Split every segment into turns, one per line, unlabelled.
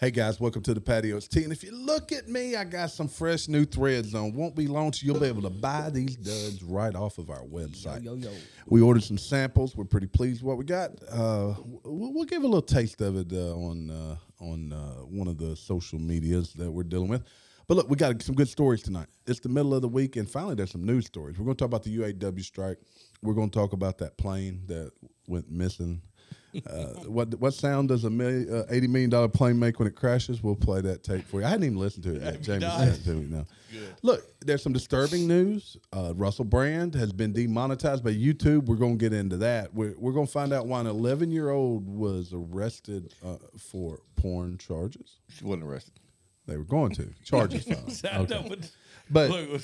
Hey guys, welcome to the Patios Tea. And if you look at me, I got some fresh new threads on. Won't be long till you'll be able to buy these duds right off of our website.
Yo, yo, yo.
We ordered some samples. We're pretty pleased with what we got. Uh, w- we'll, we'll give a little taste of it uh, on uh, on uh, one of the social medias that we're dealing with. But look, we got some good stories tonight. It's the middle of the week, and finally, there's some news stories. We're going to talk about the UAW strike. We're going to talk about that plane that went missing. Uh, what what sound does a million, uh, eighty million dollar plane make when it crashes? We'll play that tape for you. I hadn't even listened to it yet. Jamie sent it to me now. Look, there's some disturbing news. Uh, Russell Brand has been demonetized by YouTube. We're gonna get into that. We're we're gonna find out why an eleven year old was arrested uh, for porn charges.
She wasn't arrested.
They were going to charges filed.
That- that would-
But
look,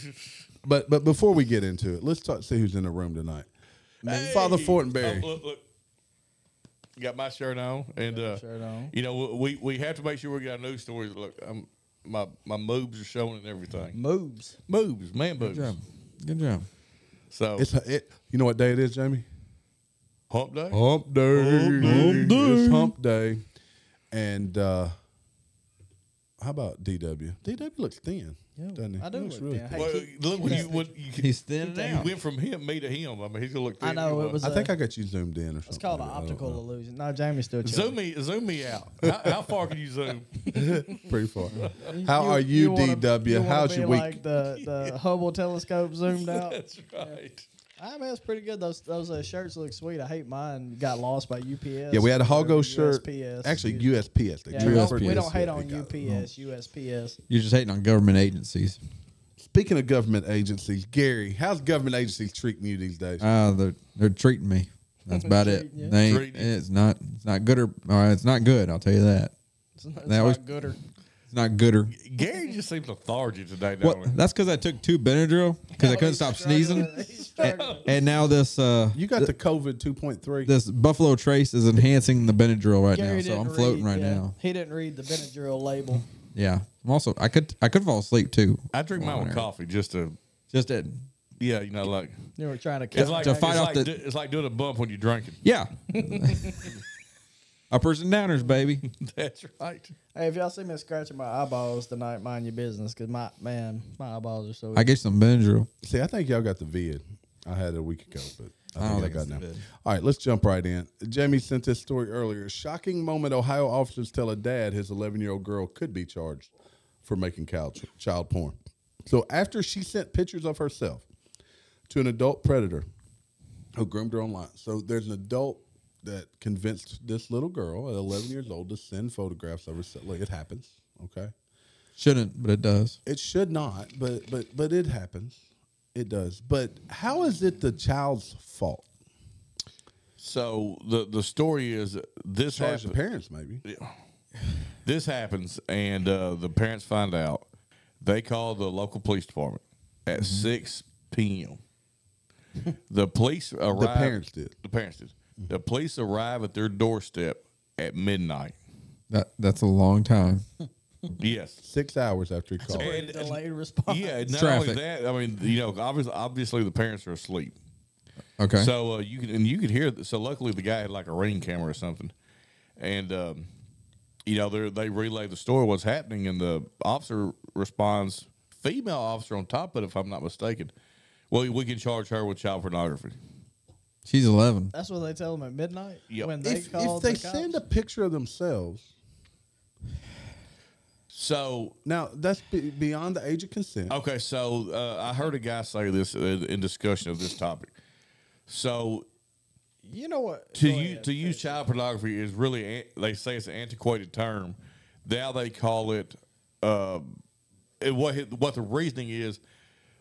but but before we get into it, let's talk. See who's in the room tonight. Father
Hey!
Fortenberry.
Oh, look, look. Got my shirt on, and uh,
shirt on.
you know we we have to make sure we got news stories. Look, I'm, my my moves are showing and everything.
moves.
Moves, man, moves.
Good job.
So
It's it. You know what day it is, Jamie?
hump day.
Hump day.
Hump day. It's hump day. And uh, how about DW? DW looks thin,
Yeah,
doesn't he?
I do
He looks
look
really
thin.
thin.
Well,
keep-
look when
keep
you
that.
when you,
He's thinning
you
out.
went from him, me to him. I mean, he's gonna look.
I
thin.
know, it was
I think I got you zoomed in or something.
uh, It's called an
I don't
optical
know.
illusion. No, Jamie's still chilling.
zoom me zoom me out. how, how far can you zoom?
Pretty far. How are you,
wanna-
DW?
you wanna
How's
be
your week?
Like the, the Hubble telescope zoomed out.
That's right.
I mean, it's pretty good. Those those uh, shirts look sweet. I hate mine. Got lost by UPS.
yeah, we had a Hogo
Or
shirt.
USPS.
Actually, USPS. They
Yeah,
drew
we,
us
don't, we
first.
don't hate
Yeah,
on
they got
UPS,
it.
USPS.
You're just hating on government agencies.
Speaking of government agencies, Gary, how's government agencies treating you these days?
Ah, they're they're treating me. That's about it.
Treating you.
They ain't-
Treating you.
it's not it's not good or, or it's not good. I'll tell you that.
It's not, it's
That was-
not gooder.
It's not gooder.
Gary just seems lethargic today. Don't
What? That's because I took two Benadryl because I couldn't stop sneezing,
He's struggling.
and now this uh
You got the COVID 2.3.
this Buffalo Trace is enhancing the Benadryl right
Gary
now, so
didn't
I'm floating
read,
right
yeah.
now.
He didn't read the Benadryl label.
Yeah, I'm also I could I could fall asleep too.
I drink mine with coffee just to
Just at
yeah, you know, like
You were trying to
It's
cut
like,
To
it's
fight off
like
the-
do- it's like doing a bump when you're drinking.
yeah, uppers and downers, baby.
That's right.
Hey, if y'all see me scratching my eyeballs tonight, mind your business, cause my man, my eyeballs are so.
I get some Benadryl.
See, I think y'all got the vid. I had it a week ago, but I
I
think
don't
I,
think
got
it's the
now.
vid.
All right, let's jump right in. Jamie sent this story earlier. Shocking moment: Ohio officers tell a dad his 11-year-old girl could be charged for making child child porn. So after she sent pictures of herself to an adult predator who groomed her online, so there's an adult that convinced this little girl at 11 years old to send photographs of herself. Look, it happens. Okay.
Shouldn't, but it does.
It should not, but but but it happens. It does. But how is it the child's fault?
So the the story is that this
Charge the
happens.
parents, maybe.
This happens, and uh, the parents find out. They call the local police department at six p.m. the police arrive.
parents did.
The parents did. The police arrive at their doorstep at midnight.
That that's a long time.
Yes.
Six hours after he called.
And-
delayed response.
Yeah,
It's
not only
traffic.
that, I mean, you know, obviously, obviously the parents are asleep.
Okay.
So uh, you can and you could hear. that So luckily, the guy had like a ring camera or something, and um, you know they they relay the story what's happening, and the officer responds, female officer on top of it, if I'm not mistaken. Well, we can charge her with child pornography.
She's 11.
That's what they tell them at midnight.
Yep.
When they
If,
call
if they
the cops.
send a picture of themselves,
So
now that's be, beyond the age of consent.
Okay, so uh, I heard a guy say this uh, in discussion of this topic. So
you know what?
to
Go
you
ahead.
to use child pornography is really an- they say it's an antiquated term. Now they call it um, it- what it- what the reasoning is.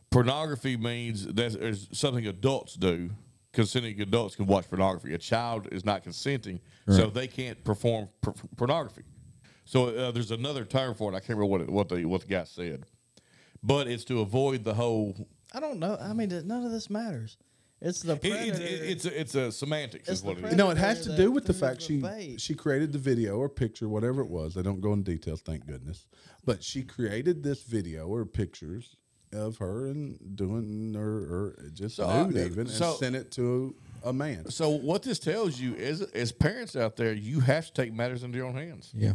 Pornography means that is something adults do. Consenting adults can watch pornography. A child is not consenting, so
Right.
they can't perform por- pornography. So uh, there's another term for it. I can't remember what it, what the what the guy said, but it's to avoid the whole.
I don't know. I mean, none of this matters. It's the
It,
predator.
it, it, it's a, it's a semantics
It's
is
the
what it is.
no, it has to do with the
Predator
fact she
that threw the bait.
she created the video or picture, whatever it was. They don't go in details, thank goodness. But she created this video or pictures of her and doing or, or just
So, uh,
nude even,
so-
and sent it to a man.
So what this tells you is, as parents out there, you have to take matters into your own hands.
Yeah.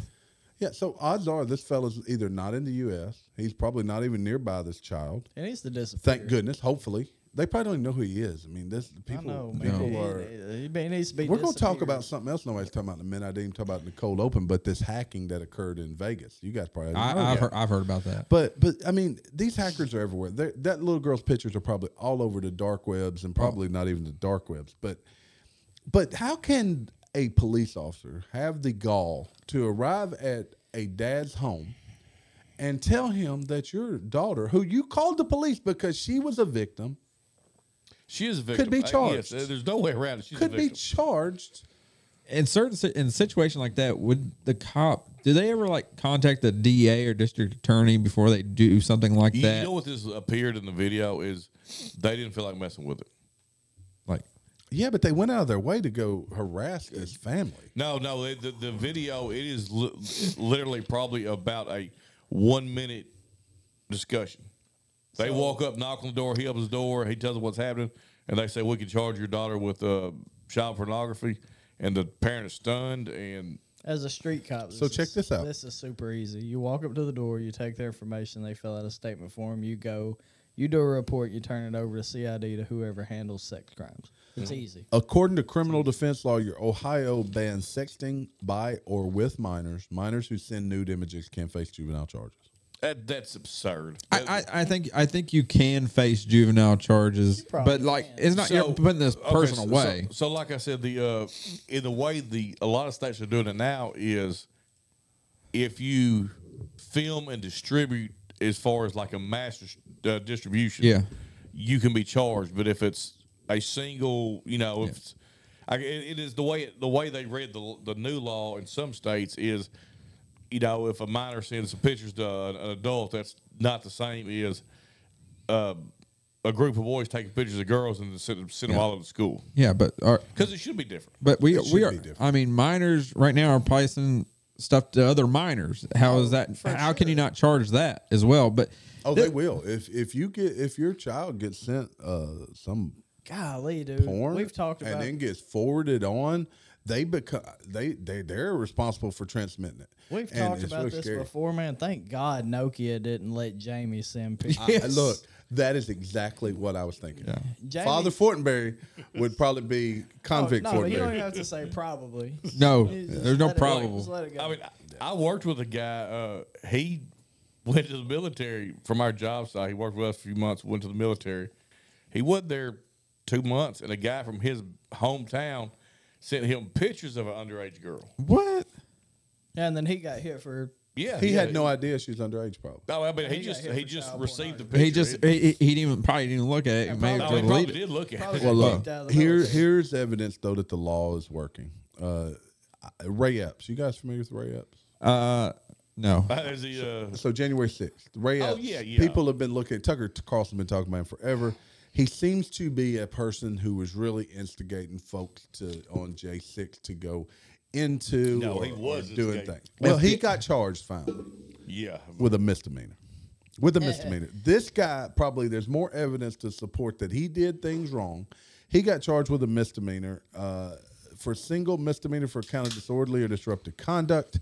Yeah, so odds are this fella's either not in the U.S. He's probably not even nearby this child.
It needs to disappear.
Thank goodness. Hopefully, they probably don't even know who he is. I mean, this people.
I know, man.
people
It-
are.
it- it- it needs to be
We're going to talk
disappeared.
about something else. Nobody's talking about in a minute. I didn't even talk about in the cold open, but this hacking that occurred in Vegas. You guys probably.
I,
haven't heard
I've
yet.
heard, I've heard about that.
But but I mean, these hackers are everywhere. They're, that little girl's pictures are probably all over the dark webs, and probably not even the dark webs. But but how can a police officer have the gall to arrive at a dad's home and tell him that your daughter, who you called the police because she was a victim,
She is a victim.
be
Uh, yes,
charged.
uh, there's no way around it. She's
could
a
be
victim.
charged?
in certain si- in a situation like that, would the cop do they ever like contact the DA or district attorney before they do something like
you,
that?
know what this appeared in the video is they didn't feel like messing with it.
like
Yeah, but they went out of their way to go harass this family.
No, no, it, the, the video it is li- literally probably about a one minute discussion. They walk up, knock on the door. He opens the door. He tells them what's happening, and they say we can charge your daughter with uh, child pornography. And the parent is stunned. And
As a street cop.
So check
is-
this out.
This is super easy. You walk up to the door, you take their information, they fill out a statement form, you go, you do a report, you turn it over to CID to whoever handles sex crimes. It's
Mm-hmm.
easy.
According to criminal defense law, your Ohio bans sexting by or with minors. Minors who send nude images can face juvenile charges.
that that's absurd.
I, I, I think I think you can face juvenile charges,
probably
but like
can.
it's not you're putting this
okay,
person
so-
away.
So, so like I said, the uh, in the way the a lot of states are doing it now is if you film and distribute as far as like a mass uh, distribution,
Yeah.
you can be charged. But if it's a single, you know, if it's, I, it, it is the way the way they read the the new law in some states is, you know, if a minor sends some pictures to an, an adult, that's not the same as. Uh, a group of boys taking pictures of girls and then send, them- send them
Yeah.
all over to school.
yeah, but are,
Because it should be different.
but we
It should
we
be
are.
different.
I mean, minors right now are pricing stuff to other minors. How is that?
for
How can you not charge that as well? But
Oh, they will. If if you get if your child gets sent uh some
Golly, dude.
porn,
We've talked
and
about
then gets forwarded on, they become they they they're responsible for transmitting it.
We've
And
talked
it's
about
really
this
scary.
before, man. Thank God Nokia didn't let Jamie send pictures.
I- Uh, look, that is exactly what I was thinking.
Jamie- Oh,
Father Fortenberry would probably be convict
no, you don't even
Fortenberry.
have to say probably.
no,
You just
there's no
let it go. Just
probable.
let it go.
I mean, I, I worked with a guy. Uh, he went to the military from our job site. He worked with us a few months, went to the military. He wasn't there two months, and a guy from his hometown sent him pictures of an underage girl.
What?
and then he got hit for
Yeah.
He
yeah.
had no idea she's underage, probably.
No, Oh, I mean, he,
He got
just
hit
he
for
just
child
received the picture.
He just
It-
he, he, he didn't even probably didn't even look at it.
Yeah,
He may
probably-
have
no, he probably
deleted it.
did look at
probably
it.
got
Well, look,
kicked out of the
here,
military.
here's evidence though that the law is working. Uh, I- Ray Epps, you guys familiar with Ray Epps?
Uh, no.
Is he, uh,
So January sixth, Ray
Oh,
Epps.
yeah, yeah.
People have been looking. Tucker Carlson been talking about him forever. He seems to be a person who was really instigating folks to on J six to go into
No,
or,
he was
or doing
instigating.
things. Well, he got charged finally
yeah.
with a misdemeanor. With a misdemeanor. This guy probably there's more evidence to support that he did things wrong. He got charged with a misdemeanor uh, for single misdemeanor for count of disorderly or disruptive conduct.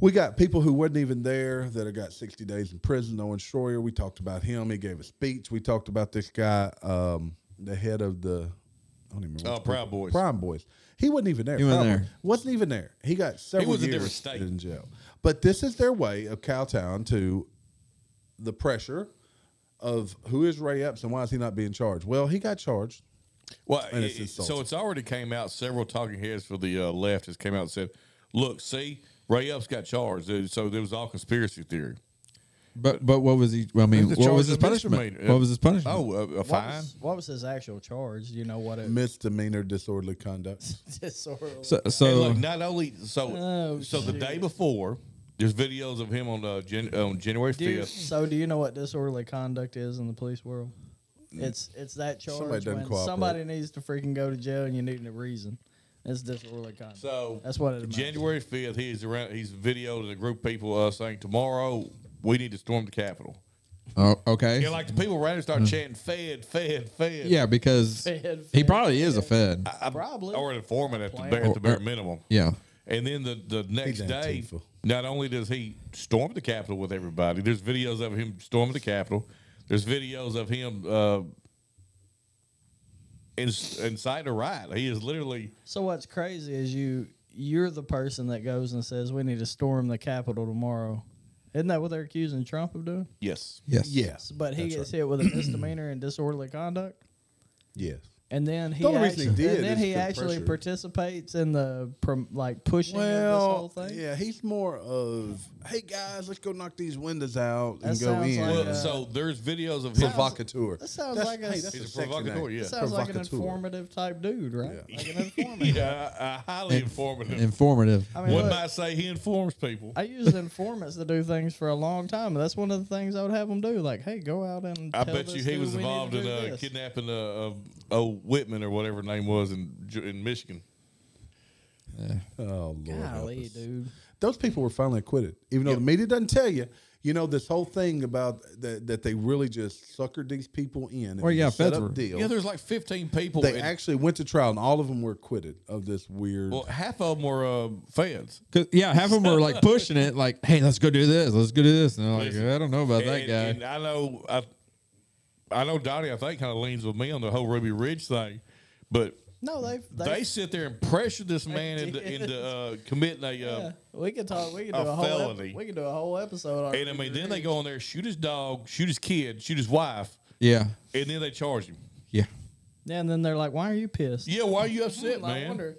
We got people who wasn't even there that have got 60 days in prison. Owen Schroyer, we talked about him. He gave a speech. We talked about this guy, um, the head of the, I don't even remember.
Oh,
what-
Proud Boys.
Proud Boys. He wasn't even there.
He wasn't
Proud Boys.
there.
Wasn't even there. He got several
was in a
years
different state.
in jail. But this is their way of Cowtown to the pressure of who is Ray Epps and why is he not being charged? Well, he got charged.
Well,
And it's
it- it- so
insulting.
it's already came out. Several talking heads for the uh, left has came out and said, "Look, see, Ray Epps got charged, uh, so there was all conspiracy theory."
But but what was he? Well, I mean,
The
what
charge
was his
of
punishment?
misdemeanor.
What was his punishment?
Oh, a, a
what
fine.
was, what was his actual charge? You know what it
Misdemeanor disorderly conduct.
disorderly.
so,
And
so
look, not only so,
Oh,
so the
shoot.
day before, there's videos of him on uh, Jan- on January
Do you-
fifth.
so do you know what disorderly conduct is in the police world? It's it's that charge
Mm. Somebody doesn't
when
cooperate.
somebody needs to freaking go to jail and you need a reason. It's disorderly conduct.
So
that's what it amounts to.
January fifth, he's around. He's videoed a group of people uh, saying, "Tomorrow we need to storm the Capitol."
oh, okay.
And like the people around him start chanting, "Fed, Fed, Fed."
Hmm. yeah, because
Fed,
he
fed,
probably is a Fed.
I-
Probably.
or an informant at the,
Plan.
bare- at the bare
Or-
minimum.
Yeah,
And then the, the next
He's
day,
Antifa.
not only does he storm the Capitol with everybody, there's videos of him storming the Capitol. There's videos of him uh, in, inside a riot. He is literally
So what's crazy is you you're the person that goes and says we need to storm the Capitol tomorrow. Isn't that what they're accusing Trump of doing?
yes,
Yes.
Yes,
But he gets hit with a misdemeanor and disorderly conduct.
yes.
And then he
The only reason
actually,
he did
and then
is
he
for
actually
pressure.
participates in the prom, like pushing
Well,
of this whole thing.
yeah, he's more of hey guys, let's go knock these windows out
That
and go
sounds
in.
like
Well,
Yeah.
so there's videos of him.
provocateur.
that sounds
That's-
like a-
hey, that's
He's a
sexy
provocateur,
name.
yeah.
It sounds like an
Provocateur.
informative type dude, right?
Yeah.
Like an informative.
yeah, uh, highly informative.
Informative.
I mean,
One
look,
might say he informs people.
I used informants to do things for a long time. and That's one of the things I would have them do. Like, hey, go out and.
I
tell
bet
this
you he
dude
was
we need to
involved in
do
uh,
this.
kidnapping uh, uh, old Whitman or whatever her name was in Ju- in Michigan.
Oh lord, help
Golly,
us.
dude.
those people were finally acquitted, even though the media doesn't tell you. You know this whole thing about that, that they really just suckered these people in. It
Well,
was
yeah,
a set
feds
up
were-
deal.
Yeah, there's like 15 people.
they
in-
actually went to trial, and all of them were acquitted of this weird.
well, half of them were uh, fans.
'Cause, yeah, half of them were like pushing it, like, "Hey, let's go do this, let's go do this," and they're like,
Listen,
"I don't know about
And-
that guy."
And I know, I, I know Donnie. I think kind of leans with me on the whole Ruby Ridge thing, but
No, they
they,
they.
sit there and pressure this man
They
into,
did.
into uh, committing a. Uh,
yeah, we could talk. We could do
A
a, whole.
felony.
Ep- we could do a whole episode. on
And I mean, then they go on there, shoot his dog, shoot his kid, shoot his wife,
yeah,
and then they charge him.
yeah.
Yeah, and then they're like, "Why are you pissed?" Mm,
Yeah, why are you upset,
Hmm, I
man?
wonder.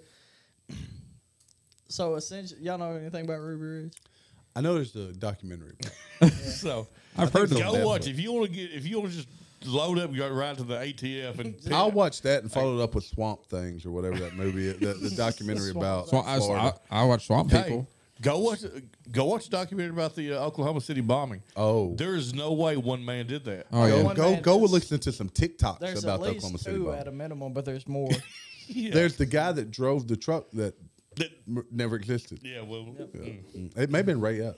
So essentially, y'all know anything about Ruby Ridge?
I know there's a documentary. about it.
So
I've heard of
go
them.
watch if you want to get if you want to just load up and go right to the ATF and pick-
I'll watch that and follow it up with Swamp Things or whatever that movie, is- the, the documentary about.
Swamp
So I, I,
Florida.
I watch Swamp
Hey,
People.
Go watch go watch the documentary about the uh, Oklahoma City bombing.
Oh. Uh,
there is no way one man did that.
Oh yeah,
go
one
go
man
go
does-
listen to some TikToks
There's
about the
at least
Oklahoma City
two
bomb.
at a minimum, but there's more.
Yeah.
There's the guy that drove the truck that
That-
m- never existed.
yeah, well, mm,
Mm. It may have been Ray Up.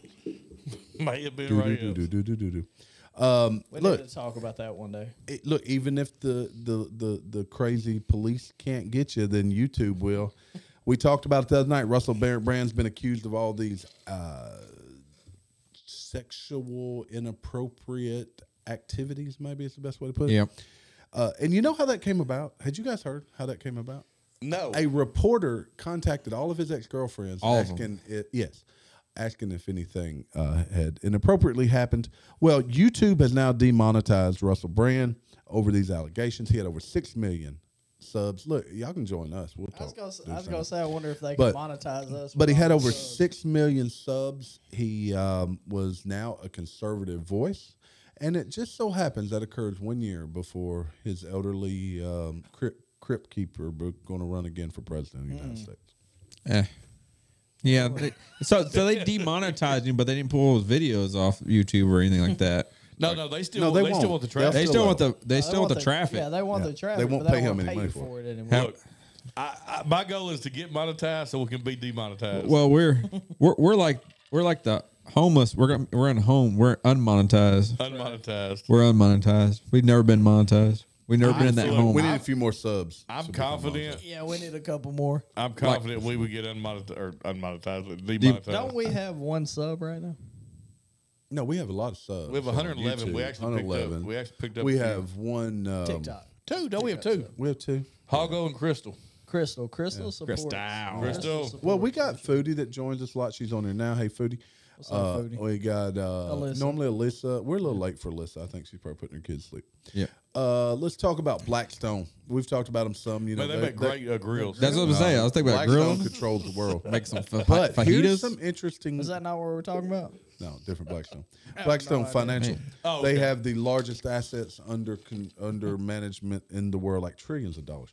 may have been
Do,
right.
do, do, do, do, do, do. Um,
we
look,
need to talk about that one day.
it- look. Even if the, the the the crazy police can't get you, then YouTube will. We talked about it the other night. Russell Bar- Brand's been accused of all these uh, sexual inappropriate activities. Maybe is the best way to put it.
Yep.
Uh, and you know how that came about? Had you guys heard how that came about?
No,
a reporter contacted all of his ex girlfriends,
All of them.
asking i- yes, asking if anything uh, had inappropriately happened. Well, YouTube has now demonetized Russell Brand over these allegations. He had over six million subs. Look, y'all can join us. We'll talk.
I was gonna, s-
do
I was
something.
gonna say, I wonder if they
But-
can monetize us.
But he
with
had
all
over
this, uh,
six million subs. He um, was now a conservative voice, and it just so happens that occurs one year before his elderly um, crypt, crypt keeper going to run again for president of the
Mm.
United States.
Eh. Yeah. they- so so they demonetized him, but they didn't pull his videos off YouTube or anything like that.
no, no. They still
No,
they,
they
still
won't.
want the
They'll
traffic.
They
Still
still
though.
want the they
no,
still want the traffic.
Yeah, they want
Yeah.
the
They
traffic.
won't
but
pay him
won't
any
pay
money
you
for it.
for it anymore.
How-
Look, I, I, my goal is to get monetized so we can be demonetized.
Well, we're we're we're like we're like the homeless. We're gonna- we're in home. We're unmonetized.
unmonetized.
We're unmonetized. We've never been monetized. We've never been in that
Absolutely.
home.
We need a few more subs.
I'm
So we can
confident.
yeah, we need a couple more.
I'm confident we would get unmonetized or unmonetized, demonetized.
Demonetized.
Don't we have one sub right now?
No, we have a lot of subs.
We have
on
111. We
YouTube.
actually picked up-
111.
we actually picked up
We
a few.
have one. Um,
TikTok,
Two. Don't we have two?
We have two.
Hoggo and Crystal.
Crystal, Crystal supports.
Crystal.
Crystal.
Well, we
supports.
got Foodie that joins us a lot. She's on there now. Hey, Foodie.
What's up,
Uh,
Foodie?
We got uh,
Alyssa.
normally Alyssa. We're a little late for Alyssa. I think she's probably putting her kids to sleep.
Yeah.
Uh, let's talk about Blackstone. We've talked about them some. You know,
Man, they make great uh, grills.
That's what I'm saying. I was thinking about
Blackstone
grilling.
controls the world.
Make some fa-
but
fajitas.
here's some interesting.
Is that not what we're talking about?
No, different Blackstone. Blackstone
idea.
Financial.
Oh,
They
okay.
have the largest assets under con, under management in the world, like trillions of dollars.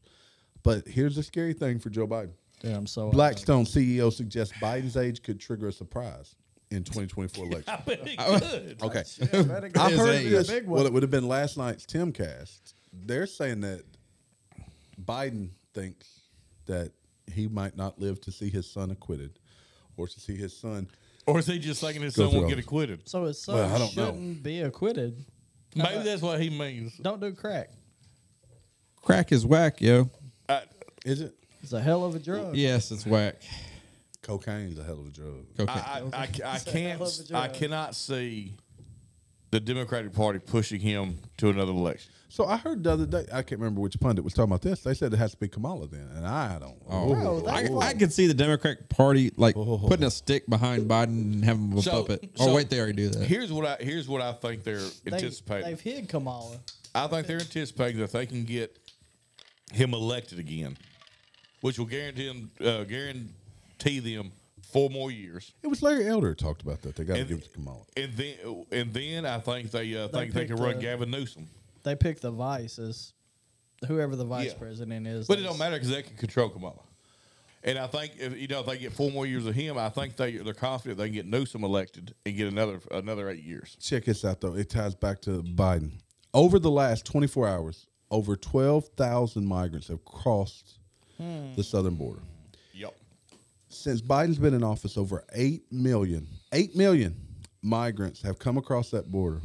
But here's the scary thing for Joe Biden.
Yeah, I'm so
Blackstone CEO suggests Biden's age could trigger a surprise in 2024 election.
I bet it could.
Okay,
I
I've
His
heard
age.
this.
A big one.
Well, it would have been last night's Timcast. They're saying that Biden thinks that he might not live to see his son acquitted, or to see his son.
Or is he just thinking that
Go
someone
through
get
all.
acquitted?
So his son
Well, I don't know.
shouldn't be acquitted.
Maybe that's what he means.
Don't do crack.
Crack is whack, yo.
I,
Is it?
It's a hell of a drug.
Yes, it's whack.
Cocaine's a hell of a drug.
Cocaine.
I, I, I, I
Say
can't.
hell of a
I
job.
cannot see the Democratic Party pushing him to another election.
So I heard the other day, I can't remember which pundit was talking about this. They said it has to be Kamala then, and I don't.
Oh.
Bro,
I,
that's
I
why-
could see the Democratic Party like
Oh.
putting a stick behind Biden and having him a
So-
puppet. Or
so-
wait, they already do that.
Here's what I. Here's what I think they're
They,
anticipating.
they've hid Kamala.
I think they're anticipating that they can get him elected again, which will guarantee him, uh, guarantee them four more years.
It was Larry Elder who talked about that. They got to
And-
give it to Kamala.
And then, and then I think they uh, think they
picked,
can run
uh,
Gavin Newsom.
They picked the vice as whoever the vice
Yeah.
president is.
But it
that's-
don't matter because they can control Kamala. And I think if you know if they get four more years of him, I think they they're confident they can get Newsom elected and get another another eight years.
Check this out though. It ties back to Biden. Over the last 24 hours, over 12,000 migrants have crossed
Hmm.
the southern border.
Yep.
Since Biden's been in office, over 8 million, 8 million migrants have come across that border.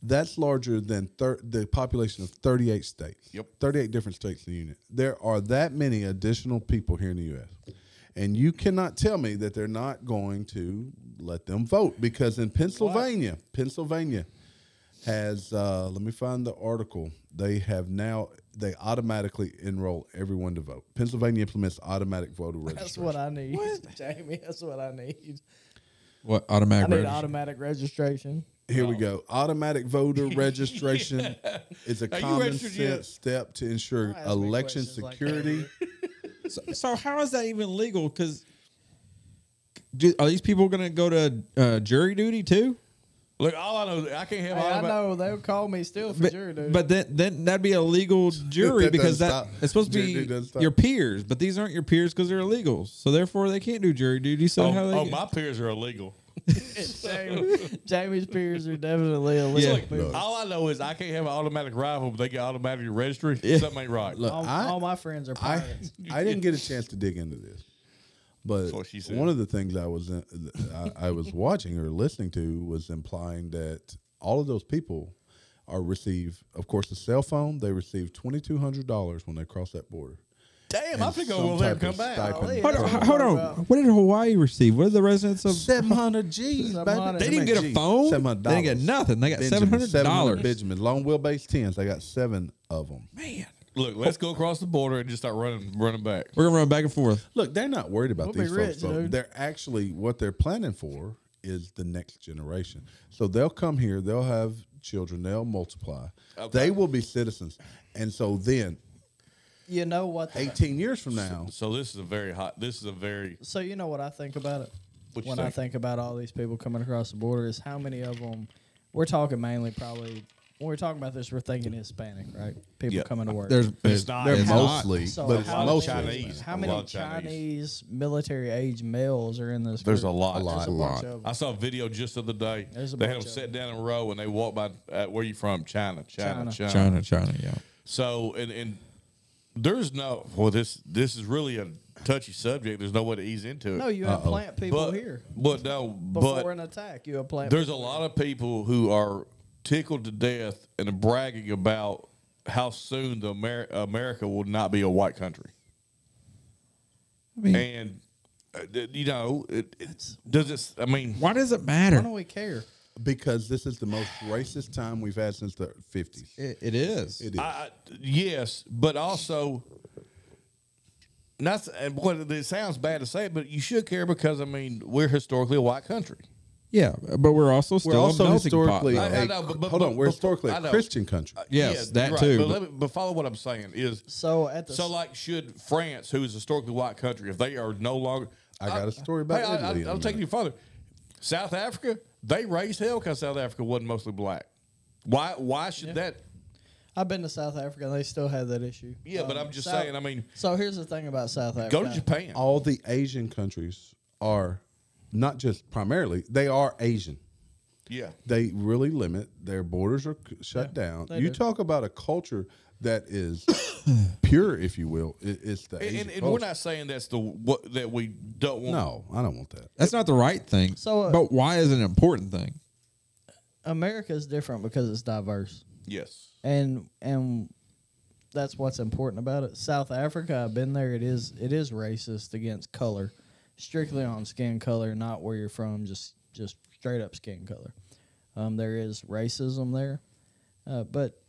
That's larger than thir- the population of 38 states.
Yep.
38 different states in the union. There are that many additional people here in the U.S. And you cannot tell me that they're not going to let them vote because in Pennsylvania, Pennsylvania has, uh, let me find the article, they have now, they automatically enroll everyone to vote. Pennsylvania implements automatic voter
That's
registration.
what I need, Jamie. That's what I need.
What
I
automatic?
need
registration?
automatic registration.
Here we go. Automatic voter registration is a
Are you
common
registered
sense
yet?
step to ensure
Don't ask me
election
questions like
security.
So, so how is that even legal? Because are these people going to go to uh, jury duty too?
Look, all I know, I can't have
Hey,
all
I
about.
know they'll call me still for
But,
jury duty.
but then, then that'd be a legal jury
That
because
doesn't
that
stop.
it's supposed to
Jury duty
be
doesn't stop.
your peers, but these aren't your peers because they're illegals. So therefore, they can't do jury duty. So how
Oh,
they
oh,
get-
my peers are illegal.
Jamie- Jamie's peers are definitely
Yeah.
illegal.
Look,
people.
All I know is I can't have an automatic rifle, but they get automatic registry.
Yeah.
Something ain't right.
Look,
all,
I,
all my friends are
I
pirates.
I didn't get a chance to dig into this, but
That's what she said.
one of the things I was in, I, I was watching or listening to was implying that all of those people are receive, of course, a cell phone. They receive twenty two hundred dollars when they cross that border.
Damn, I'm
and
gonna
some
go over there
type
and come
of
back.
stipend.
Golly,
Hold
that's
on,
what I'm
hold on.
talking about.
What did Hawaii receive? What did the residents of?
Seven hundred G's, baby.
700.
They didn't get a phone. They didn't get nothing. They got seven hundred dollars.
Benjamin, long wheelbase tens. I got seven of them.
Man,
Look, let's go across the border and just start running, running back.
we're gonna run back and forth.
Look, they're not worried about
We'll be
these folks.
rich,
voting.
dude.
They're actually what they're planning for is the next generation. So they'll come here, they'll have children, they'll multiply.
Okay.
They will be citizens. And so then
You know what? the-
18 years from now,
So this is a very hot. This is a very.
So you know what I think about it.
What you
when I
think?
think about all these people coming across the border, is how many of them? We're talking mainly probably. When we're talking about this, we're thinking Hispanic, right? People
Yeah.
coming to work.
There's, there's
not.
they're
it's
not.
mostly, but it's
how
many-
mostly
Chinese.
Hispanic.
How
A
many
lot of
Chinese.
Chinese.
military age males are in this?
There's a
group?
lot.
There's
A
bunch
lot.
of 'em.
I saw a video just the other day.
There's a
They had them
bunch of
sit down in a row and they walked by. Uh, where you from? China, China, China.
China.
China, China, yeah.
So and and there's no. Well, this this is really a touchy subject. There's no way to ease into it.
No, you
Uh-oh.
implant people
but
here
but no,
before
but
an attack. You implant.
there's a lot of people who are tickled to death and bragging about how soon the Amer- America will not be a white country.
I mean,
And uh, d- you know, it, it, does this? I mean,
why does it
Why
matter?
don't we care?
because this is the most racist time we've had since the 50s.
It, it is.
It is.
I, I- yes, but also, not. And boy, it sounds bad to say it, but you should care because I mean we're historically a white country.
Yeah, but we're also still
We're also
a melting
historically,
pot.
I- I
a-
know, but- but-
hold on, we're
but-
historically
I
a
know.
Christian country.
Yes, that
you're
too,
But,
but-
let me, but follow what I'm saying is
So at the
so
s-
like should France, who is a historically white country, if they are no longer,
I got a story about
hey,
Italy in
I,
a
I, I'm taking
minute.
you further. South Africa, they raised hell because South Africa wasn't mostly black. Why? Why should that?
I've been to South Africa, and they still have that issue.
Yeah, but
Um,
I'm just
South-
saying. I mean,
So here's the thing about South Africa.
go to Japan.
all the Asian countries are not just primarily, they are Asian.
Yeah,
They really limit their borders are c- shut
Yeah,
down.
they
You
do.
talk about a culture that is pure, if you will. It, it's the
and,
Asian
and, and we're
culture.
not saying that's the what that we don't want.
No, I don't want that.
That's not the right thing.
So, uh,
but why is it an important thing?
America is different because it's diverse,
Yes.
and and that's what's important about it. South Africa, I've been there. It is it is racist against color, strictly on skin color, not where you're from, just just straight up skin color. Um, there is racism there, uh, but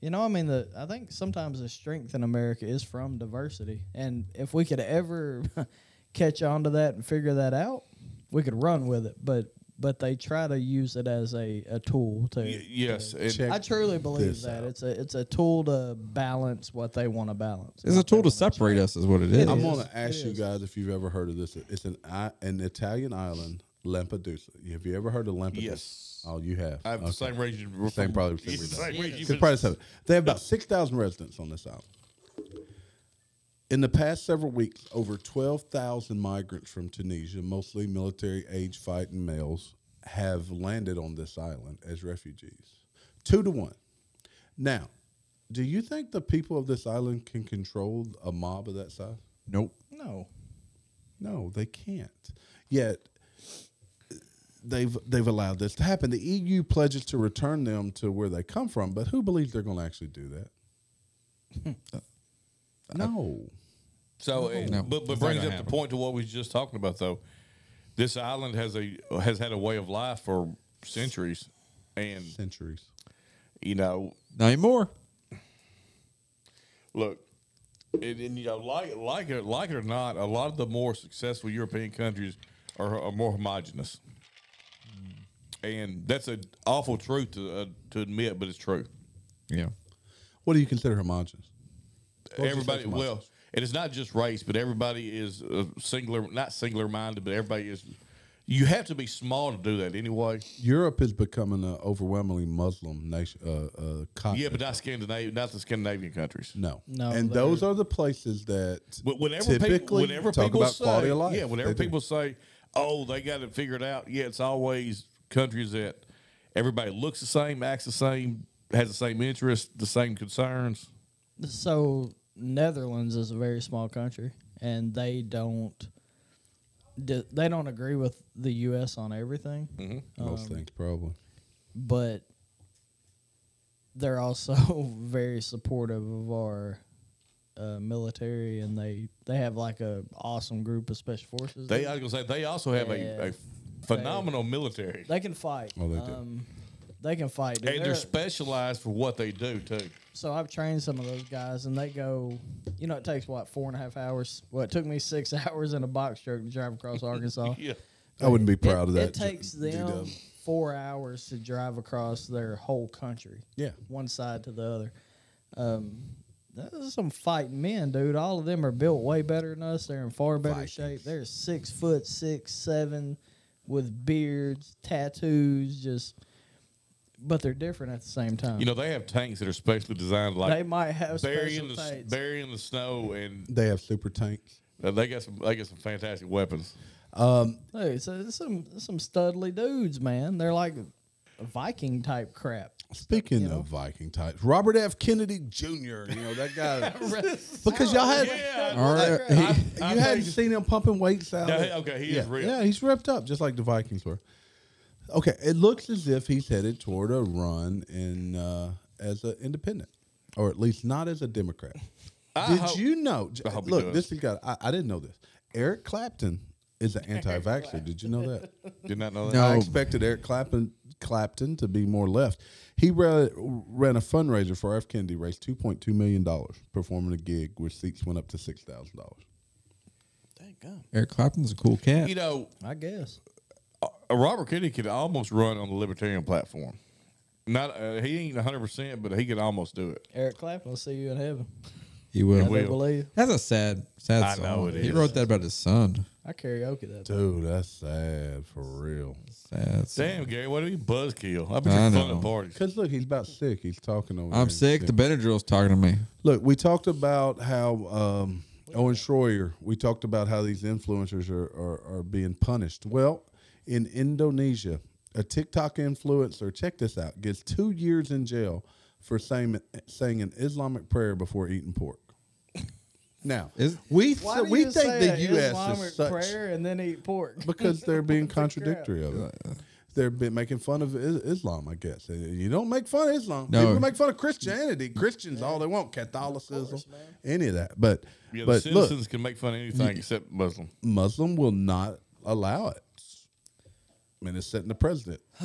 you know, I mean, the I think sometimes the strength in America is from diversity, and if we could ever catch on to that and figure that out, we could run with it. But but they try to use it as a, a tool to
Y- yes,
to-
and-
Check
I truly believe
this
that
out.
it's a it's a tool to balance what they want to balance.
It's a tool to separate us, is what it is.
It
I'm
is.
gonna ask
It
you
is.
guys if you've ever heard of this. It's an i- an Italian island, Lampedusa. Have you ever heard of Lampedusa?
Yes.
Oh, you have.
I have the
Okay.
same region.
Same probably same reason.
Same region.
It's probably seven. They have about six thousand residents on this island. In the past several weeks, over twelve thousand migrants from Tunisia, mostly military age fighting males, have landed on this island as refugees. Two to one. Now, do you think the people of this island can control a mob of that size?
Nope.
No,
No, they can't. Yet they've they've allowed this to happen. The EU pledges to return them to where they come from, but who believes they're going to actually do that? no.
So, it-
No,
but but
it's not
brings
gonna
up
happen.
the point to what we was just talking about though. This island has a has had a way of life for centuries, and
Centuries.
you know,
Not anymore.
look, and, and you know, like like it like it or not, a lot of the more successful European countries are, are more homogenous, and that's an awful truth to uh, to admit, but it's true.
Yeah.
What do you consider homogenous? What would you say
everybody,
to my-
well, and it's not just race, but everybody is uh, singular, not singular minded, but everybody is. You have to be small to do that anyway.
Europe is becoming an overwhelmingly Muslim nation. Uh, uh,
Yeah,
continent.
but not Scandinavian, not the Scandinavian countries.
no,
No,
and
they're-
those are the places that
Wh- Whenever people,
typically
whenever
talk
people
about
say,
quality of life.
yeah, whenever
They do.
people say, "Oh, they got it figured out," yeah, it's always countries that everybody looks the same, acts the same, has the same interests, the same concerns.
so Netherlands is a very small country, and they don't d- they don't agree with the U.S. on everything,
most
Um,
things probably.
but they're also very supportive of our. Uh, military and they they have like a awesome group of special forces.
They,
there.
I was gonna say, they also have
Yeah.
a, a phenomenal military,
They can fight.
Oh, they do.
um, They can fight. dude.
and
They're-
they're specialized for what they do too.
so I've trained some of those guys, and they go. You know, it takes what four and a half hours. Well, it took me six hours in a box truck to drive across Arkansas.
Yeah.
I wouldn't be
It-
proud of that.
It takes them
G-dub.
four hours to drive across their whole country.
Yeah.
one side to the other. Um, those are some fighting men, dude. All of them are built way better than us. They're in far better shape. They're six foot six, seven, with beards, tattoos, just. But they're different at the same time.
You know, they have tanks that are specially designed like
they might have
bury
special
in the s-
traits.
bury in the snow, and
They have super tanks.
uh, they got some they got some fantastic weapons.
Dude, so it's some it's some studly dudes, man. They're like Viking type crap.
Speaking
You know?
of Viking types, Robert F. Kennedy Jr. You know that guy. because y'all had
Yeah,
All right.
you hadn't seen him pumping weights out.
No, he- okay, he
yeah.
is ripped.
Yeah, he's ripped up just like the Vikings were. Okay, it looks as if he's headed toward a run in uh, as an independent, or at least not as a Democrat.
I
Did
hope-
you know? j-
I hope he
Look,
does.
this is got. I, I didn't know this. Eric Clapton is an anti-vaxxer. Did you know that?
Did not know that.
I
No.
expected Eric Clapton Clapton to be more left. He ra- ran a fundraiser for F. Kennedy, raised two point two million dollars, performing a gig where seats went up to six thousand dollars.
Eric Clapton's a cool cat.
You know,
I guess.
uh, Robert Kennedy could almost run on the libertarian platform. Not uh, he ain't one hundred percent, but he could almost do it.
Eric Clapton, will see you in heaven.
He
I
will.
do
will.
believe.
That's a sad, sad
I
song.
know it
he
is.
wrote that about his son.
I karaoke that.
Dude, that's sad for real.
Sad. song.
Damn, Gary, what do you buzzkill? I bet
I
you're fun
know.
at parties.
Cause look, he's about sick. He's talking over.
I'm
there.
sick. The Benadryl's talking to me.
Look, we talked about how um, Owen Schroyer. We talked about how these influencers are, are are being punished. Well, in Indonesia, a TikTok influencer, check this out, gets two years in jail for saying saying an Islamic prayer before eating pork. Now,
Is-
we so we think the U.S.
Islamic
is such
prayer and then eat pork?
because they're being
What the crap?
contradictory of it. they're been making fun of Is- Islam, I guess. Uh, You don't make fun of Islam.
No.
People make fun of Christianity. Christians all they want, Catholicism, any of that. But
Yeah, the
but look,
citizens can make fun of anything except Muslim.
Muslim will not allow it. I mean, it's setting the president.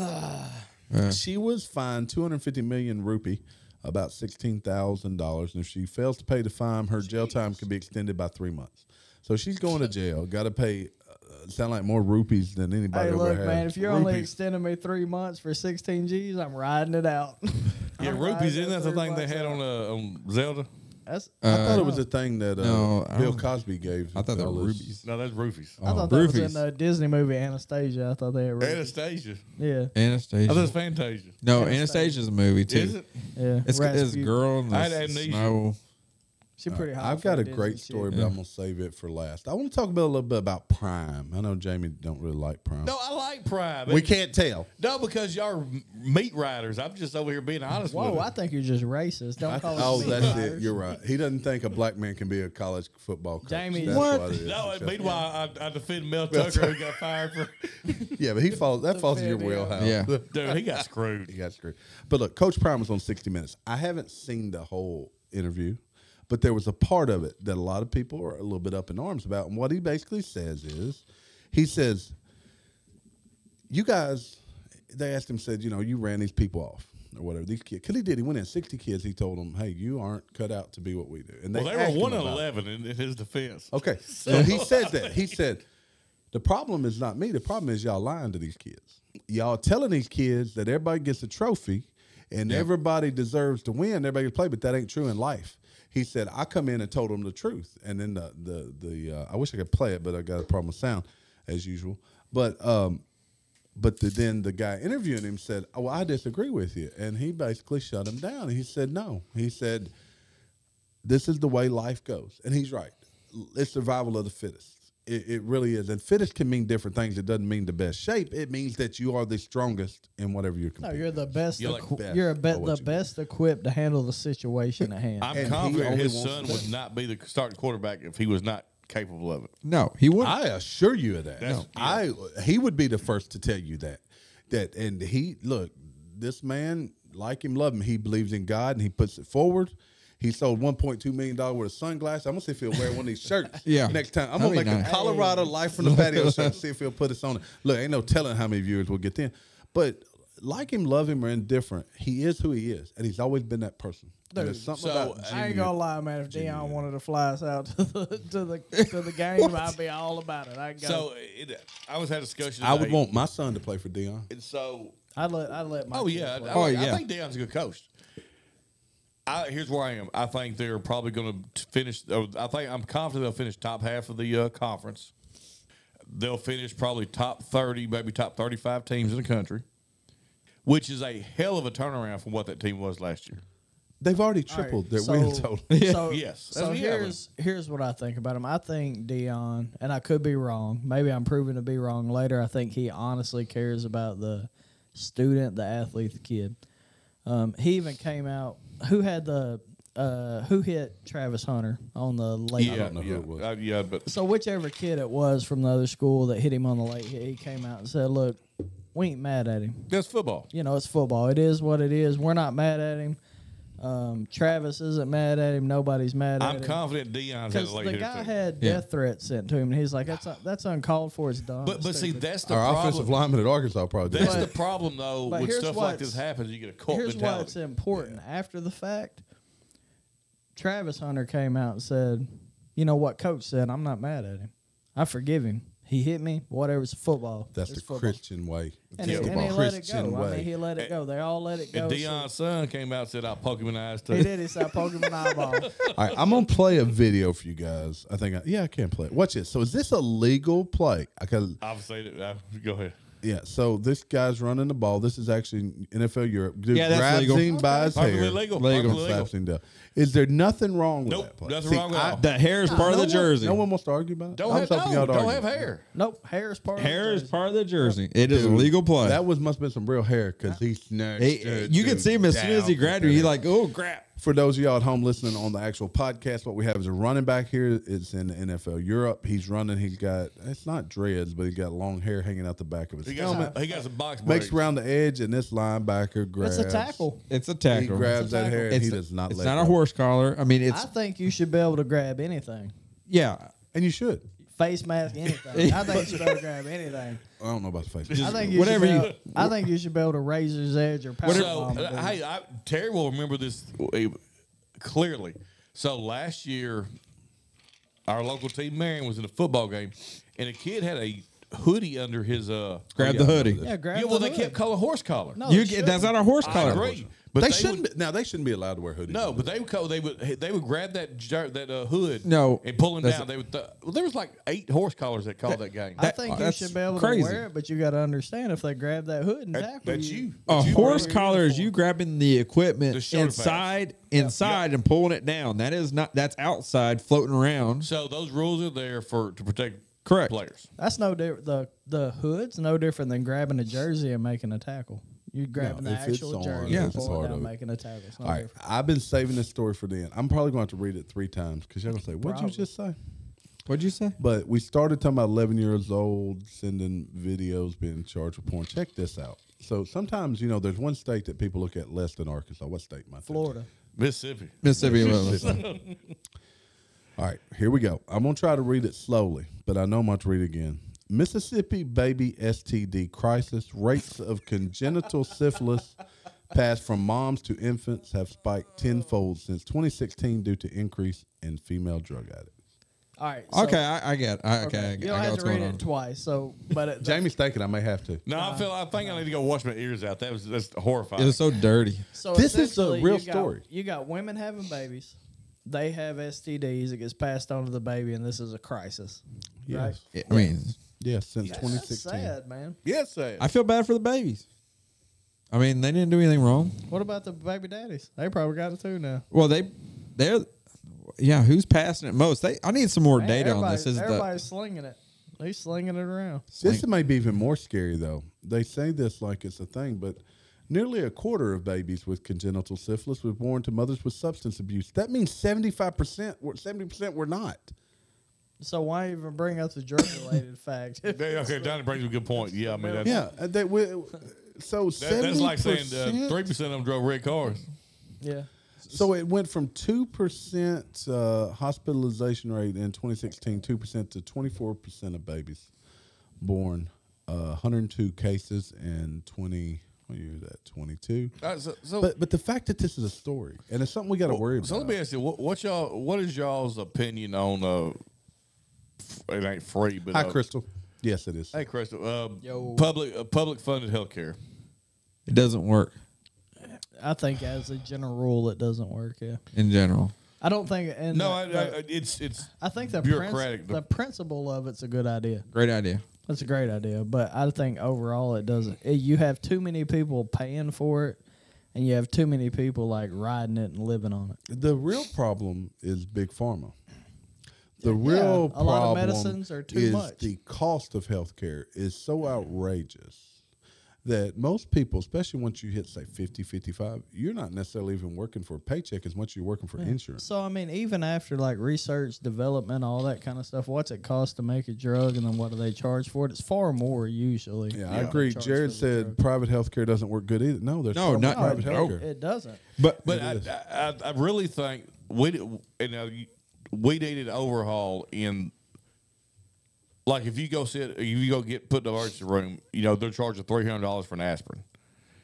she was fined 250 million rupee, about $16,000. And if she fails to pay the fine, her jail time can be extended by three months. So she's going to jail. Got to pay, uh, sound like more rupees than anybody
Hey,
over
look,
had.
man, if you're only
Rupees.
extending me three months for 16 G's, I'm riding it out.
Yeah,
I'm
rupees.
riding
Isn't that
it
the
three
thing they
months
had
out.
on uh, on Zelda?
That's,
I thought it was a thing that uh,
No, I
Bill
don't-
Cosby gave.
I thought they were
fellas.
rubies.
No, that's roofies.
I thought that was
Roofies.
in the Disney movie Anastasia. I thought they had Anastasia.
Anastasia.
Yeah,
Anastasia.
I thought it's Fantasia.
no, Anastasia's a movie too.
Is it?
yeah.
It's it's
Rasputin.
girl in the
I had amnesia.
snow.
She pretty hot.
Uh, I've
for
got a
Disney
great
chick.
story, but I'm gonna save it for last. I want to talk about a little bit about Prime. I know Jamie don't really like Prime.
No, I like Prime.
we can't tell.
No, because y'all are m- meat riders. I'm just over here being honest with
Whoa,
you.
I think you're just racist. Don't call
oh,
us meat
that's it.
riders.
You're right. He doesn't think a black man can be a college football coach.
Jamie,
That's
What?
it is.
no,
It's
and
just-
meanwhile, I, I defend Mel Tucker who got fired for.
yeah, but he falls. That falls in your
video.
wheelhouse.
Yeah.
Dude, he got
he
screwed.
got screwed. But look, Coach Prime was on 60 Minutes. I haven't seen the whole interview, but there was a part of it that a lot of people are a little bit up in arms about. And what he basically says is, he says, "You guys," they asked him, said, "You know, you ran these people off." Or whatever these kids, because he did. He went in sixty kids. He told them, "Hey, you aren't cut out to be what we do." And they,
Well,
asked
they
him
were one
about it.
eleven in, in his defense.
Okay. So he said that. He said, the problem is not me. The problem is y'all lying to these kids. Y'all telling these kids that everybody gets a trophy and everybody deserves to win, everybody gets to play, but that ain't true in life. He said, I come in and told them the truth. And then the, the, the uh, I wish I could play it, but I got a problem with sound as usual. But, um, but the, then the guy interviewing him said, oh, well, I disagree with you. And he basically shut him down. He said, no. He said, this is the way life goes. And he's right. L- It's survival of the fittest. It, it really is. And fittest can mean different things. It doesn't mean the best shape. It means that you are the strongest in whatever you're
No,
competing.
you're the best.
You're
You're,
like
best
you're a be-
at what
the
you do.
best equipped to handle the situation at hand.
I'm
And he
confident
only
his
wants
son
the
would not be the starting quarterback if he was not capable of it.
No, he wouldn't.
I assure you of that.
That's-
I he would be the first to tell you that. That and he look, this man, like him, love him, he believes in God and he puts it forward. He sold one point two million dollars worth of sunglasses. I'm gonna see if he'll wear one of these shirts
Yeah.
next time. I'm
That'd
gonna
be
make a
nice.
Colorado Life from the patio shirt. See if he'll put us on it. Look, ain't no telling how many viewers we'll get in. But like him, love him, or indifferent, he is who he is, and he's always been that person.
Dude,
There's something
so,
about
I ain't
Junior-
gonna lie, man. If Dion wanted to fly us out to the to the, to the game, I'd be all about it. I go.
So it, I was had a discussion.
I would
today,
want my son to play for Dion.
And so
I'd let I'd let my.
Oh
kids
yeah,
play.
I,
Oh,
I- I
yeah.
think Dion's a good coach. I, here's where I am. I think they're probably going to finish. or I think I'm confident they'll finish top half of the uh, conference. They'll finish probably top thirty, maybe top thirty-five teams in the country, which is a hell of a turnaround from what that team was last year.
They've already
All right,
tripled their
so-
win total.
So,
Yes,
So
that's- yeah,
here's here's what I think about him. I think Dion, and I could be wrong. Maybe I'm proven to be wrong later. I think he honestly cares about the student, the athlete, the kid. Um, he even came out. Who had the uh, who hit Travis Hunter on the late?
yeah,
don't know who
yeah,
it was.
Uh, yeah, but
So whichever kid it was from the other school that hit him on the late hit, he came out and said, "Look, we ain't mad at him.
that's football.
You know, it's football. It is what it is. We're not mad at him. Um, Travis isn't mad at him. Nobody's mad at
I'm
him."
confident Dion's had a
Because
late
the
hitter
guy
too.
had
Yeah.
death threats sent to him, and he's like, "That's that's uncalled for. It's dumb."
but
it's
but see,
stupid."
that's the
Our
problem.
offensive lineman at Arkansas probably did.
That's the
But-
problem though.
but
When
here's
stuff like
what's-
this happens, you get a cult
here's why it's
mentality.
important. After the fact, Travis Hunter came out and said, "You know what, coach said? I'm not mad at him. I forgive him. He hit me. Whatever. It's football.
That's
It's
the
football."
Christian way.
And, he,
It's the
and he let it
Christian
go. I
way.
mean, he let it go. They all let it go.
And
so-
Dion's son came out and said, "I'll poke him in the eyes too."
he did. He said, "I poked him in the eyeball."
All right, I'm gonna play a video for you guys. I think, I, yeah, I can play it. Watch this. So, is this a legal play? I can,
Obviously, uh, go ahead.
yeah. So this guy's running the ball. This is actually NFL Europe. Dude
Yeah, that's
grabs
legal.
him by his
Perfectly
hair,
legal.
and
Legal.
slaps him down. Is there nothing wrong with
Nope,
that play?
nothing wrong with
I-
all.
the hair is part of
no
the
one-
jersey.
No one wants to argue about it.
Don't
I
have
was hoping y'all
no,
to
don't
argue.
have hair.
nope. Hair is part. of
hair
the
is
jersey.
part of the jersey. It is a
Dude,
legal play.
That was must have been some real hair because he snatched.
He-
that
you can
dude
see him as soon as he
down.
grabbed her. He like, oh crap.
For those of y'all at home listening on the actual podcast, what we have is a running back here. It's in the NFL Europe. He's running. He's got it's not dreads, but he's got long hair hanging out the back of his
He
helmet.
got, some, he got some box
Makes
breaks.
around the edge, and this linebacker grabs.
That's a tackle.
It's a
He
tackle.
grabs that hair, and
it's
he does not.
it's
let
not
go.
a horse collar. I mean,
I
it's
think you should be able to grab anything.
yeah.
and you should.
Face mask, anything. I think you should be able to grab anything.
I don't know about the face.
I
mask.
think you
whatever
should be
you-
able- I think you should be able to razor's edge or power
So,
bomb.
uh, hey, I, Terry will remember this uh, clearly. So last year, our local team Marion was in a football game, and a kid had a hoodie under his uh.
Grab
yeah,
the
I know
hoodie.
that.
yeah, oh, grab
yeah, well,
the
they
hood.
kept calling horse collar.
No,
you
they
get, that's
shouldn't.
not a horse
I
collar.
agree,
But
but
they,
would-
shouldn't. be, now they shouldn't be allowed to wear hoodies.
No, but they would co- they would they would grab that jer- that uh, hood
No,
and pull him
that's-
down. They would th- well, there was like eight horse collars that called that, game.
I
That-
think you
that's
should be able
crazy.
to wear it, but you got to understand if they grab that hood and tackle
that's
you.
you.
A
That's you.
horse collar is you grabbing the equipment
The shoulder pads.
inside, inside, and pulling it down. That is not. That's outside, floating around.
So those rules are there for to protect
Correct.
players.
That's no different. The the hood's no different than grabbing a jersey and making a tackle. You're grabbing the
if it's
actual
on,
jersey
yeah, it's
and pulling
part
it down,
of it.
making a tackle. It's no
All right,
different.
I've been saving this story for the end. I'm probably going to have to read it three times because you're going to say, "What'd
Probably.
you just say?"
What'd you say?
But we started talking about 11 years old sending videos, being charged with porn. Check this out. So sometimes, you know, there's one state that people look at less than Arkansas. What state? My
Florida.
Mississippi.
Mississippi. was-
All right, here we go. I'm gonna try to read it slowly, but I know I'm gonna have to read it again. Mississippi baby STD crisis rates of congenital syphilis passed from moms to infants have spiked tenfold since 2016 due to increase in female drug addicts.
All right. so-
okay, I, I get. I, okay, I,
You
get-
don't
I got
have
what's
to read
going
it
on.
twice. So, but it,
Jamie's thinking I may have to.
No, I feel. I think I need to go wash my ears out. That was that's horrifying.
It was so dirty.
So
This is the
essentially,
real
you got-
story.
You got women having babies. They have STDs. It gets passed on to the baby, and this is a crisis.
Yes.
Right?
I mean,
Yes, since
That's
2016.
sad, man.
yes, sir.
I feel bad for the babies. I mean, they didn't do anything wrong.
What about the baby daddies? They probably got it too now.
Well, they, they're, yeah. Who's passing it most? They. I need some more
Man,
data on
everybody-
this. Is the
everybody's slinging it. They slinging it around.
This may be even more scary, though. They say this like it's a thing, but nearly a quarter of babies with congenital syphilis were born to mothers with substance abuse. That means 75% were, 70% were not.
So why even bring up the drug-related fact?
They- okay, Donnie brings a good point. Yeah, I mean, that's,
Yeah. uh, They, we, so
that,
70%.
that's like saying uh, three percent of them drove red cars.
yeah.
So it went from 2% uh, hospitalization rate in 2016, 2% to 24% of babies born. Uh, 102 cases in 20, what year is that? 22.
Uh, so, so,
But but the fact that this is a story and it's something we got to worry about.
so let me ask you, what, what y'all, what is y'all's opinion on uh, f- it ain't free, but
Hi,
uh,
Crystal. Yes, it is.
Hey, Crystal. Um,
Yo.
Public uh, public funded healthcare.
it doesn't work
I think as a general rule, it doesn't work. Yeah.
in general.
I don't think. And
No, I,
the-
I,
the-
I- it's it's.
I think the
bureaucratic.
Princi- the principle of it's a good idea.
Great idea.
That's a great idea, but I think overall it doesn't. It, you have too many people paying for it, and you have too many people like riding it and living on it.
The real problem is big pharma. The real
a lot of
problem
medicines are too
is
much.
the cost of healthcare is so outrageous that most people, especially once you hit say 50, 55, you're not necessarily even working for a paycheck as much as you're working for insurance.
So I mean, even after like research, development, all that kind of stuff, what's it cost to make a drug, and then what do they charge for it? It's far more usually.
Yeah, I
than
agree.
charge
Jared
for the
said
drug.
private healthcare doesn't work good either. No, there's
No,
some
not-
private
no.
healthcare.
It doesn't.
But
But
It
I,
is.
I I- I really think we d- you know you- we needed overhaul in. Like if you go sit, if you go get put in the emergency room, you know they're charging three hundred dollars for an aspirin.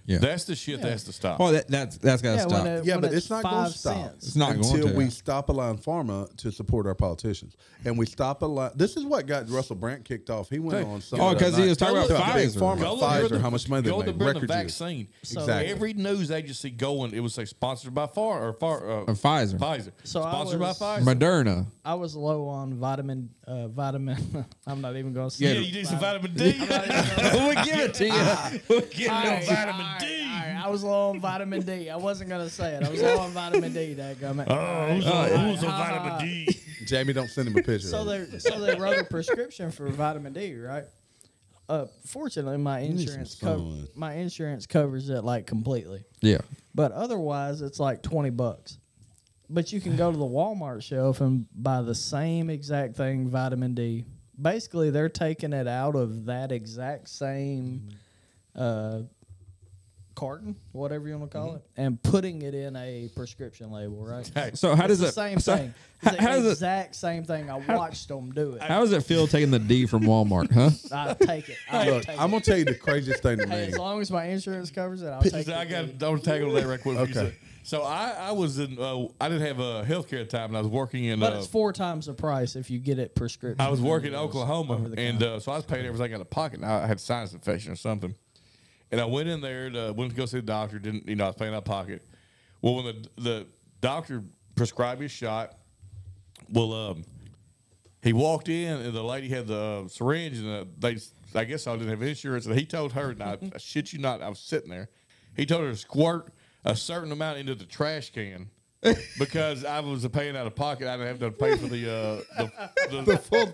yeah.
That's the shit that has to stop.
oh, that, that's that's gotta
Yeah,
stop.
when it-
yeah, but
it's
it's not going
five
to stop.
cents.
It's not going
until
to.
we stop allowing pharma to support our politicians, and we stop allowing. This is what got Russell Brandt kicked off. He went
Hey.
on some.
Oh,
other
'cause he
night-
was talking
Go
about
look at the big
Pfizer.
Pharma,
Go look,
Pfizer,
you're the-
how much money
go
they
to
made,
bring the
record deals.
vaccine.
So-
Exactly.
Every news agency going, it would say sponsored by Far or Far uh,
Or Pfizer.
Pfizer.
So I
sponsored
was-
by Pfizer.
Moderna.
I was low on vitamin. Uh, vitamin. I'm not even going to say.
yeah,
it.
you need some vitamin D.
we give it to you.
We'll get
All
no
right,
vitamin
all right,
D.
all right. I was low on vitamin D. I wasn't gonna say it. I was low on vitamin D. That gummit.
Oh, who's on, who's on vitamin D?
Jamie, don't send him a picture.
So
of it.
they so they wrote a prescription for vitamin D, right? Uh, fortunately, my
need some
insurance co-
sunlight.
my insurance covers it like completely,
Yeah.
but otherwise it's like twenty bucks. But you can go to the Walmart shelf and buy the same exact thing, vitamin D. Basically, they're taking it out of that exact same
Mm-hmm.
uh, carton, whatever you want to call it, and putting it in a prescription label, right?
So how
It's
does
the
it?
same
so
thing?
how-
It's
how does
the
it-
exact same thing. I watched them do it.
How does it feel taking the D from Walmart? Huh?
I take it. I
Look,
take
I'm
it.
gonna tell you the craziest thing to
Hey,
me.
as long as my insurance covers it, I'll take it.
I got. Don't tackle that right quick.
Okay.
okay. So I, I was in. Uh, I didn't have a healthcare at the time, and I was working in.
But
uh,
it's four times the price if you get it prescription.
I was working in
than it is
Oklahoma,
over the
and
counter.
uh, so I was paying everything out of pocket. And I had sinus infection or something, and I went in there to went to go see the doctor. Didn't you know I was paying out of pocket? Well, when the the doctor prescribed his shot, well, um, he walked in and the lady had the uh, syringe, and uh, they I guess I didn't have insurance, and he told her, and I, I shit you not, I was sitting there. He told her to squirt a certain amount into the trash can. because I was paying out of pocket, I didn't have to pay for the uh, the, the full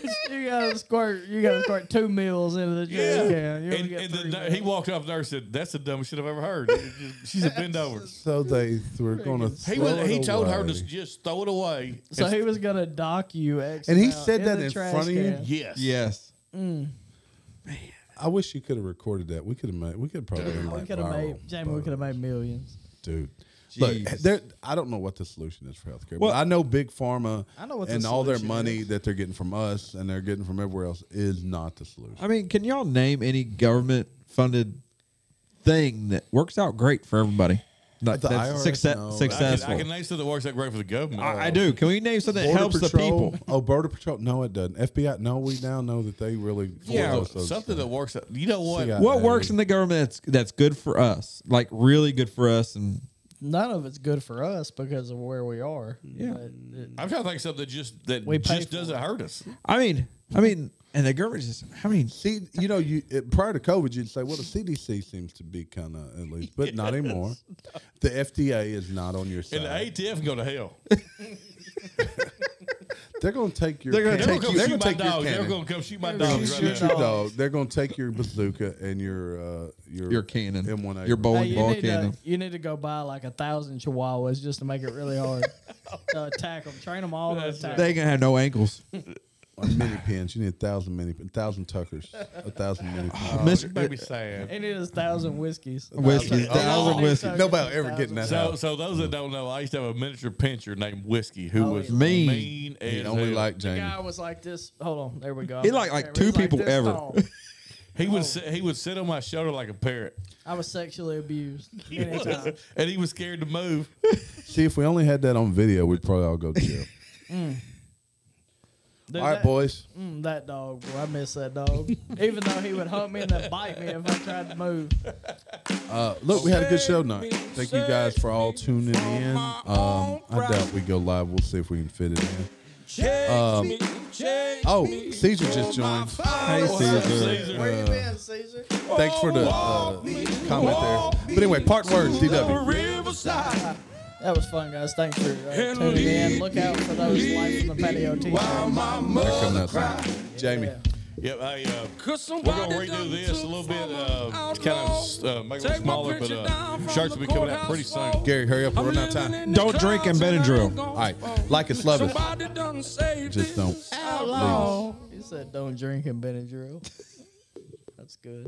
you gotta squirt. You gotta squirt two meals into the
Yeah.
trash can. You only
and
get
and
three
the,
meals.
he walked off there and said, That's the dumbest shit I've ever heard. It just- She said, Bend over.
So they were gonna.
He,
throw
was, he
it
told her
away.
to just throw it away.
so
And-
he was gonna dock you. X
And he
amount
said that
the
in
trash
front of you?
can.
Yes.
yes.
I wish you could have recorded that. We could have made. We could have probably done
We
like
could have
viral,
made Jamie. We
but-
could have made millions.
dude. Look,
Jeez.
there, I don't know what the solution is for healthcare. Well,
Well-
but I know big pharma
I know what the
and all their
solution
money
is.
that they're getting from us and they're getting from everywhere else is not the solution.
I mean, can y'all name any government funded thing that works out great for everybody? That-
The
that's
IRS,
success,
no.
I can,
successful.
I can name something that works out great for the government.
I- I do. Can we name something that helps
Patrol,
the people?
Oh, Border Patrol. No, it doesn't. FBI. No, we now know that they really.
Yeah,
force those
Something that
things.
works out. You know what?
CIA.
What works in the government that's that's good for us, like really good for us, and
None of it's good for us because of where we are. Yeah. But it-
I'm trying to think of something that just that
We pay
just
for
doesn't hurt us.
I mean, I mean, and the government just, I mean,
See, you know, you it, prior to COVID, you'd say, well, the CDC seems to be kind of at least, but not anymore. The FDA is not on your side.
And the ATF can go to hell.
they're going to take your.
They're gonna
cannon.
They're gonna
Take
come
you-
They're
shoot
gonna
my
take your
dog. They're
cannon.
gonna come shoot my
They're gonna
dog.
shoot
Right
Shoot
your
now.
your
dogs.
dog. They're gonna take your bazooka and your uh, your
Your cannon.
M1A.
Your bow
Hey,
and
you,
ball
need to,
cannon.
you need to go buy like a thousand chihuahuas just to make it really hard to attack them. Train them all to
That's
attack.
they ain't gonna have no ankles.
Uh, mini pins. You need a thousand mini, a thousand tuckers, a thousand mini pins.
Oh,
Mr.
you made me sad.
It is thousand whiskeys.
Whiskeys,
Thousand-
thousand whiskeys.
Nobody ever getting that.
So, so those that don't know, I used to have a miniature pincher named Whiskey who
Oh,
was
yeah.
Mean.
mean
He
as
only
hell.
like
The
Jamie.
guy was like this. Hold on, there we go.
He
I'm
like- like
there.
two
He's
people
this
ever.
tall.
He
Oh.
would sit, he would sit on my shoulder like a parrot,
I was sexually abused.
He
many
was,
times.
and he was scared to move.
See, if we only had that on video, we'd probably all go to jail.
Dude,
all right,
that-
boys.
Mm, that dog, boy, I miss that dog. Even though he would hunt me and then bite me if I tried to move.
Uh, look, we had a good show tonight. Thank you guys for all tuning in. Um, I doubt we go live. We'll see if we can fit it in.
uh,
Um, oh, Caesar just joined.
Hey, Caesar.
Where you been, Caesar?
Thanks for the uh, comment there. But anyway, part words, DW.
That was fun, guys. Thanks for uh, tuning in. Look out for those lights from the patio t-shirts.
They're coming out soon. Jamie.
Yeah.
Yep, I, uh, we're gonna redo this a little bit, uh, kind of uh, make it a little smaller, but uh, shirts will be coming out pretty soon.
Gary, hurry up. We're running out of time.
Don't drink and Benadryl.
All right. Like us, love us. Just don't.
Outlaw. He said, "Don't drink and Benadryl." That's good.